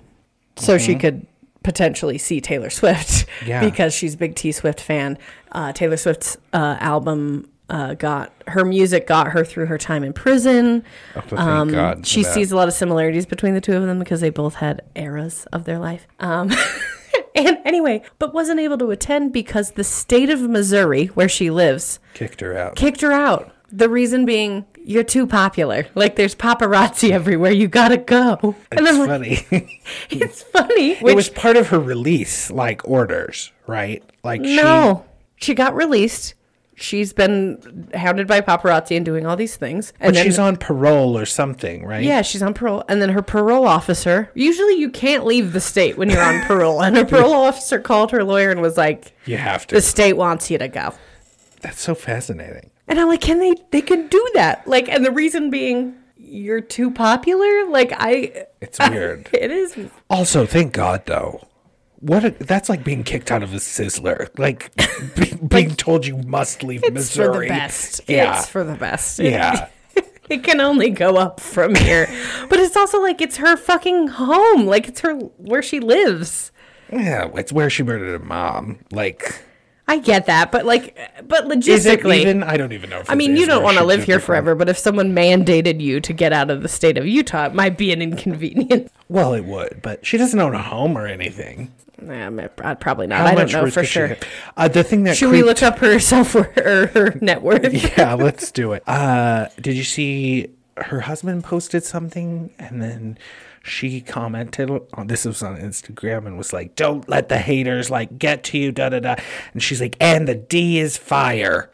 so she could potentially see Taylor Swift Mm-hmm. [laughs] Yeah. because she's a big T Swift fan. Uh, Taylor Swift's uh, album uh, got her music got her through her time in prison. Um, Oh, thank God for she that. sees a lot of similarities between the two of them because they both had eras of their life. Um, [laughs] and anyway, but wasn't able to attend because the state of Missouri, where she lives, Kicked her out. kicked her out. The reason being, you're too popular. Like there's paparazzi [laughs] everywhere. You gotta go. And It's I'm like, [laughs] funny. [laughs] it's funny. it Which was part of her release, like orders, right? Like she, no, she got released. She's been hounded by paparazzi and doing all these things. And but then, she's on parole or something, right? yeah, she's on parole. And then her parole officer. Usually, you can't leave the state [laughs] when you're on parole. And her parole officer called her lawyer and was like, you have to. "The state wants you to go." That's so fascinating. And I'm like, can they? They can do that. Like, and the reason being, you're too popular. Like I, It's weird. [laughs] it is Also, thank God though. What a, that's like being kicked out of a sizzler, like [laughs] be, being told you must leave It's Missouri. for the best. Yeah, It's for the best. yeah. It can only go up from here. but it's also like it's her fucking home. Like it's her where she lives. yeah, it's where she murdered her mom. Like, I get that, but like but is it logistically even? I don't even know. If I mean, you don't want to live here forever, but if someone mandated you to get out of the state of Utah, it might be an inconvenience. Well, it would, but she doesn't own a home or anything. [laughs] Nah, I'm- I'd probably not. How I don't much know risk for is she sure. ha- Uh, the thing that Should we creeped- look up her self worth or [laughs] her net worth? [laughs] yeah, let's do it. Uh, did you see her husband posted something and then she commented on this was on Instagram and was like, "Don't let the haters like get to you." Da da da. And she's like, "And the D is [laughs] fire."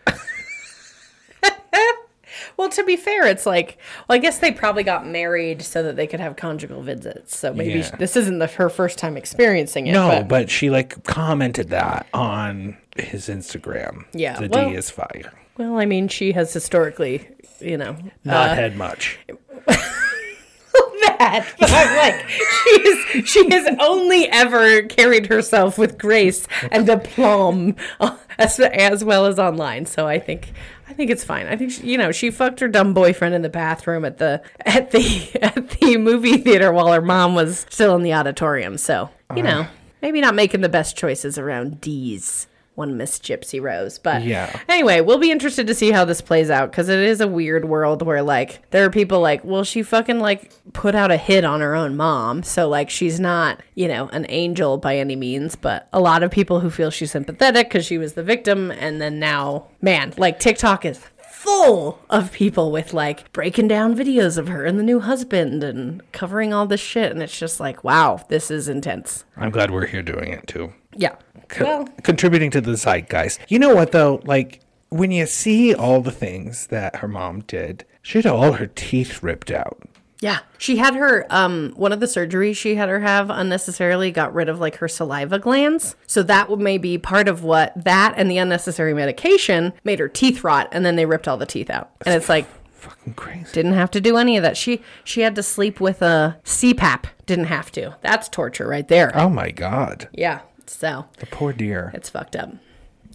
Well, to be fair, it's like, well, I guess they probably got married so that they could have conjugal visits. So maybe Yeah. this isn't the, her first time experiencing it. No, but, but she like commented that on his Instagram. Yeah, the well- D is fire. well, I mean, she has historically, you know, Not had much. [laughs] that. But I'm like, she is, she has only ever carried herself with grace and aplomb, uh, as as well as online. So I think. I think it's fine. I think she, you know she fucked her dumb boyfriend in the bathroom at the at the [laughs] at the movie theater while her mom was still in the auditorium. So you know maybe not making the best choices around D's one Miss Gypsy Rose. But Yeah. Anyway, we'll be interested to see how this plays out because it is a weird world where like there are people like, well, she fucking like put out a hit on her own mom, so like she's not you know an angel by any means, but a lot of people who feel she's sympathetic because she was the victim, and then now, man, like TikTok is full of people with like breaking down videos of her and the new husband and covering all this shit, and it's just like, wow, this is intense. I'm glad we're here doing it too. Yeah. co- contributing to the zeitgeist. You know what though? Like when you see all the things that her mom did, she had all her teeth ripped out. Yeah. She had her um one of the surgeries she had her have unnecessarily got rid of like her saliva glands. So that would maybe part of what that and the unnecessary medication made her teeth rot and then they ripped all the teeth out. And it's like Fucking crazy. didn't have to do any of that. She she had to sleep with a CPAP. Didn't have to. That's torture right there. Oh my god, Yeah. So the poor dear. it's fucked up.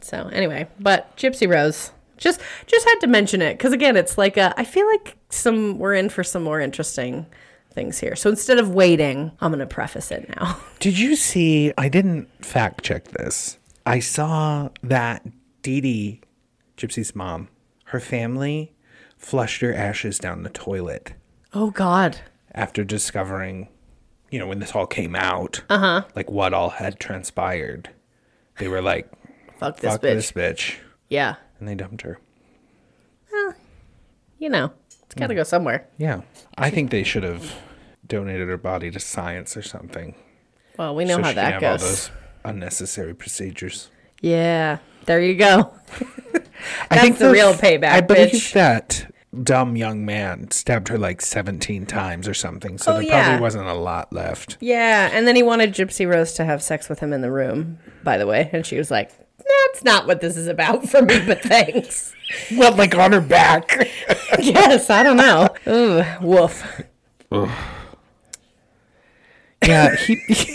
So anyway, but Gypsy Rose just just had to mention it because again, it's like a, I feel like some we're in for some more interesting things here. So instead of waiting, I'm gonna preface it now. [laughs] Did you see? I didn't fact check this. I saw that Dee Dee, Gypsy's mom, her family flushed her ashes down the toilet Oh God, after discovering, you know, when this all came out, uh-huh. like what all had transpired. They were like, fuck this fuck bitch. this bitch. Yeah, And they dumped her. you know, it's gotta go somewhere. Yeah. I think they should have donated her body to science or something. Well, we know how she can that have all goes. those unnecessary procedures. Yeah, there you go. [laughs] I think the real payback, I believe bitch. that dumb young man stabbed her like 17 times or something. So Oh, there yeah. probably wasn't a lot left. Yeah, and then he wanted Gypsy Rose to have sex with him in the room. By the way, and she was like, "That's not what this is about for me, but thanks." [laughs] Well, like on her back. yes, I don't know. Ooh, woof. yeah. [laughs] He,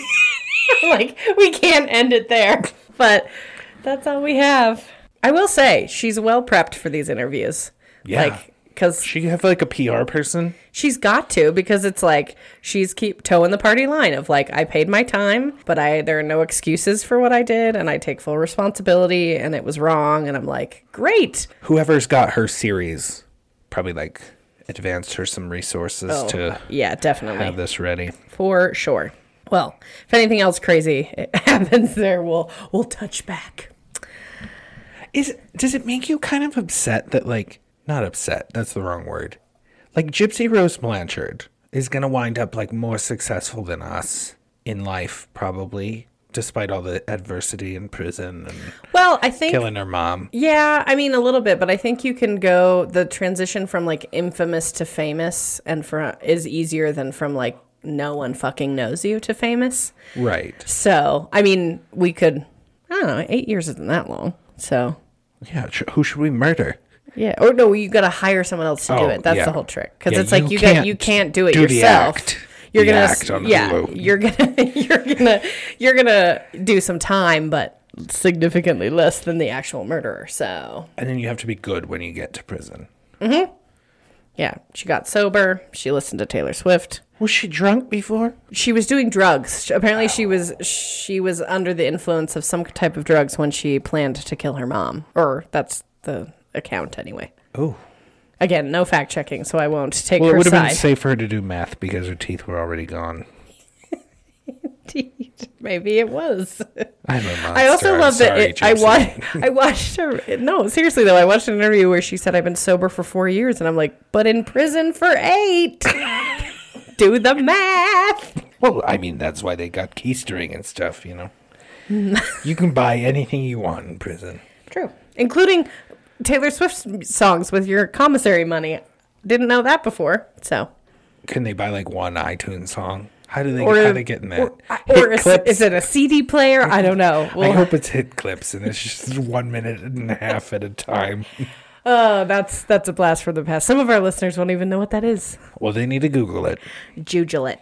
like we can't end it there, [laughs] but that's all we have. I will say she's well prepped for these interviews. Yeah. Like because She could have like a PR person. she's got to because it's like she's keep toeing the party line of like I paid my time, but I there are no excuses for what I did and I take full responsibility and it was wrong and I'm like, "Great." Whoever's got her series probably like advanced her some resources to Oh, yeah, definitely. have this ready. for sure. Well, if anything else crazy [laughs] happens there, we'll we'll touch back. Is does it make you kind of upset that like not upset, that's the wrong word. Like Gypsy Rose Blanchard is going to wind up like more successful than us in life probably despite all the adversity in prison and Well, I think killing her mom. Yeah, I mean a little bit, but I think you can go the transition from like infamous to famous and for is easier than from like no one fucking knows you to famous. Right. So, I mean, we could I don't know, 8 years isn't that long. So, Yeah, sh- who should we murder? yeah, or no, you got to hire someone else to do Oh, it. That's yeah. the whole trick cuz Yeah, it's like you you got can't you can't do it do the yourself. act. You're The going act on to yeah, Hulu. you're going to [laughs] you're going to you're going to do some time but significantly less than the actual murderer. So, And then you have to be good when you get to prison. Yeah, she got sober. She listened to Taylor Swift. Was she drunk before? She was doing drugs. She- Apparently, she was she was under the influence of some type of drugs when she planned to kill her mom, or that's the account anyway. Oh. Again, no fact checking, so I won't take Well, it her would have been side. safe for her to do math because her teeth were already gone. Indeed. Maybe it was. I'm a monster. [laughs] I also I'm love that sorry, it, I Gypsy. watched. [laughs] I watched her. No, seriously though, I watched an interview where she said, "I've been sober for four years," and I'm like, "But in prison for [laughs] eight. Do the math. Well, I mean, that's why they got keystering and stuff, you [laughs] know? you can buy anything you want in prison. True. Including Taylor Swift's songs with your commissary money. Didn't know that before. So, Can they buy like one iTunes song? How do they, or how they get in that? Or, Hit or is, clips? is it a CD player? I don't know. [laughs] I Well, hope it's hit clips and it's just [laughs] one minute and a half at a time. oh, that's that's a blast from the past. Some of our listeners won't even know what that is. Well, they need to Google it. Jugulate.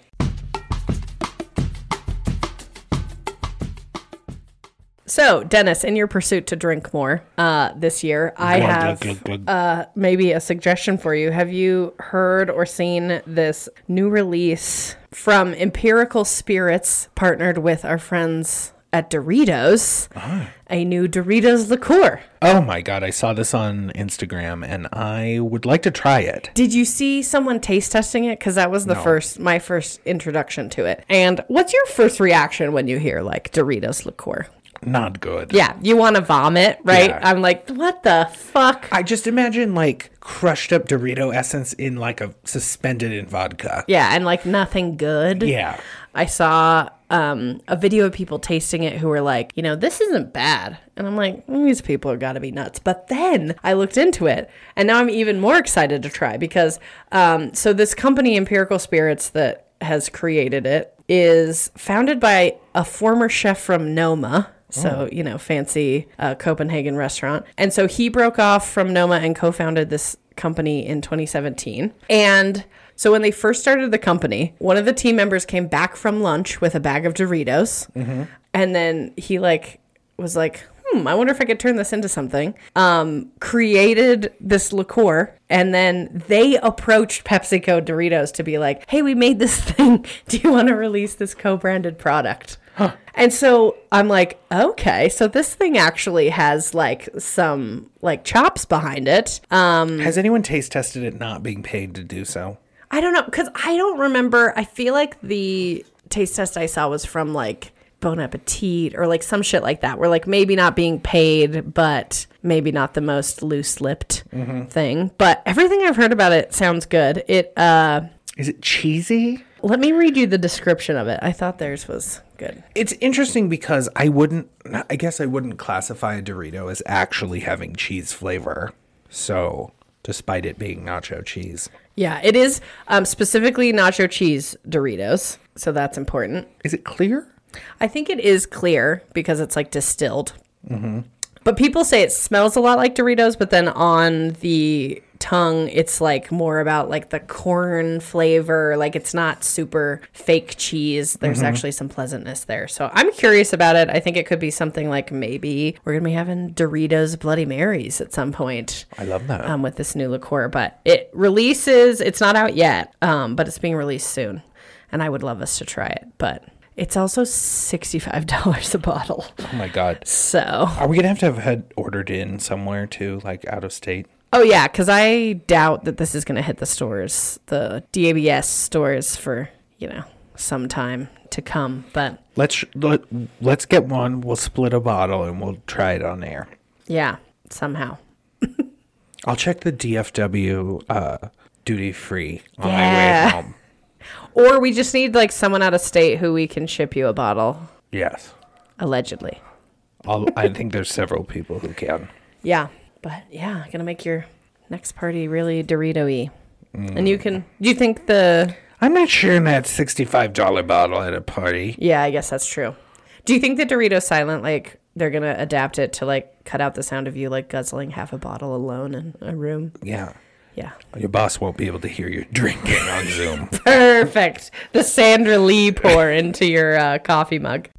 So, Dennis, in your pursuit to drink more uh, this year, I Glug, have glug, glug, glug. uh, maybe a suggestion for you. Have you heard or seen this new release from Empirical Spirits, partnered with our friends at Doritos? A new Doritos liqueur. Oh my god, I saw this on Instagram and I would like to try it. Did you see someone taste testing it? Because that was the first, my first introduction to it. And what's your first reaction when you hear like Doritos liqueur? Not good. Yeah, you want to vomit, right? Yeah. I'm like, what the fuck? I just imagine like crushed up Dorito essence in like a suspended in vodka. Yeah, and like nothing good. Yeah. I saw um, a video of people tasting it who were like, you know, this isn't bad. And I'm like, "Mm, these people have got to be nuts. But then I looked into it and now I'm even more excited to try because um, so this company, Empirical Spirits, that has created it is founded by a former chef from Noma. So, you know, fancy uh, Copenhagen restaurant. And so he broke off from Noma and co founded this company in 2017. And so when they first started the company, one of the team members came back from lunch with a bag of Doritos, and then he like was like, "Hmm, I wonder if I could turn this into something." Um, created this liqueur, and then they approached PepsiCo Doritos to be like, "Hey, we made this [laughs] thing. Do you want to release this co-branded product?" And so I'm like, okay, so this thing actually has like some like chops behind it. Um, Has anyone taste tested it not being paid to do so? I don't know because I don't remember. I feel like the taste test I saw was from like Bon Appetit or like some shit like that, where like maybe not being paid, but maybe not the most loose lipped thing. But everything I've heard about it sounds good. It uh, Is it cheesy? let me read you the description of it. I thought theirs was good. It's interesting because I wouldn't I guess I wouldn't classify a Dorito as actually having cheese flavor. So, despite it being nacho cheese, Yeah, it is um, specifically nacho cheese Doritos, so that's important. is it clear? I think it is clear because it's like distilled. But people say it smells a lot like Doritos, but then on the tongue. It's like more about like the corn flavor. Like it's not super fake cheese. There's Mm-hmm. actually some pleasantness there. So I'm curious about it. I think it could be something like maybe we're going to be having Doritos Bloody Marys at some point I love that. um, with this new liqueur, but it releases. It's not out yet, um, but it's being released soon, and I would love us to try it. But it's also sixty-five dollars a bottle, oh my god. so Are we gonna have to have had ordered in somewhere too, like out of state? oh yeah, because I doubt that this is going to hit the stores, the DABS stores, for you know some time to come. But Let's let, let's get one. We'll split a bottle and we'll try it on air. yeah, somehow, I'll check the DFW uh, duty free on Yeah. my way home. or we just need like someone out of state who we can ship you a bottle, Yes, allegedly. I'll, I think there's several people who can. Yeah. But yeah, gonna make your next party really Dorito y. And you can do you think the I'm not sharing that sixty-five dollar bottle at a party. Yeah, I guess that's true. Do you think the Dorito Silent like they're gonna adapt it to like cut out the sound of you like guzzling half a bottle alone in a room? Yeah, Yeah. your boss won't be able to hear you drinking on Zoom. Perfect. The Sandra Lee pour into your uh, coffee mug.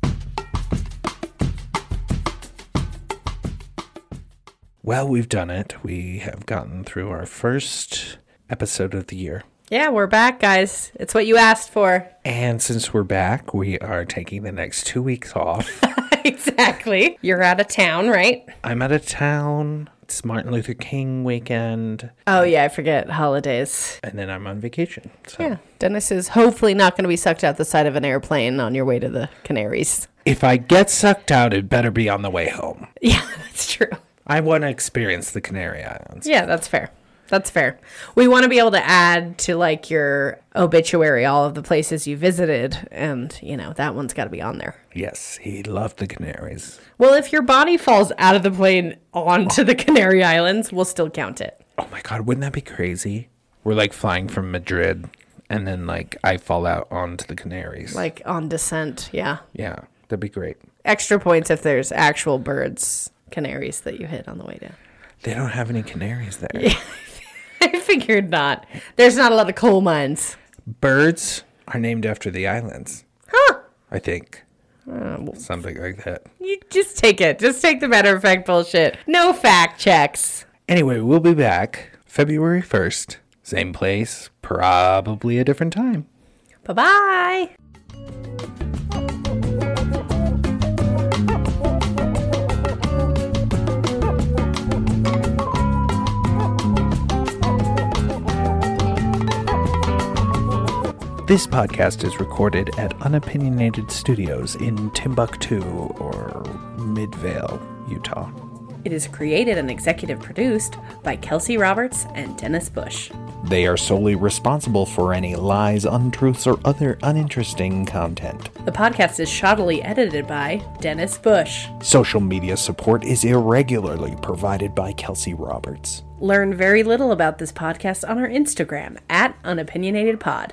Well, we've done it. We have gotten through our first episode of the year. Yeah, we're back, guys. It's what you asked for. [laughs] And since we're back, we are taking the next two weeks off. exactly. You're out of town, right? I'm out of town. It's Martin Luther King weekend. Oh yeah, I forget holidays. And then I'm on vacation. So Yeah, Dennis is hopefully not going to be sucked out the side of an airplane on your way to the Canaries. if I get sucked out, it better be on the way home. [laughs] Yeah, that's true. I want to experience the Canary Islands. Yeah, that's fair. That's fair. We want to be able to add to like your obituary all of the places you visited, and you know that one's got to be on there. Yes, he loved the Canaries. Well, if your body falls out of the plane onto the Canary Islands, we'll still count it. Oh my God, wouldn't that be crazy? We're like flying from Madrid and then like I fall out onto the Canaries. Like on descent, yeah. yeah, that'd be great. Extra points if there's actual birds, canaries that you hit on the way down. They don't have any canaries there. [laughs] I figured not. There's not a lot of coal mines. Birds are named after the islands. Huh. I think. Something like that. You just take it. Just take the matter of fact bullshit. No fact checks. Anyway, we'll be back February 1st. Same place, probably a different time. Bye bye. This podcast is recorded at Unopinionated Studios in Timbuktu or Midvale, Utah. It is created and executive produced by Kelsey Roberts and Dennis Bush. They are solely responsible for any lies, untruths, or other uninteresting content. The podcast is shoddily edited by Dennis Bush. Social media support is irregularly provided by Kelsey Roberts. Learn very little about this podcast on our Instagram at unopinionatedpod.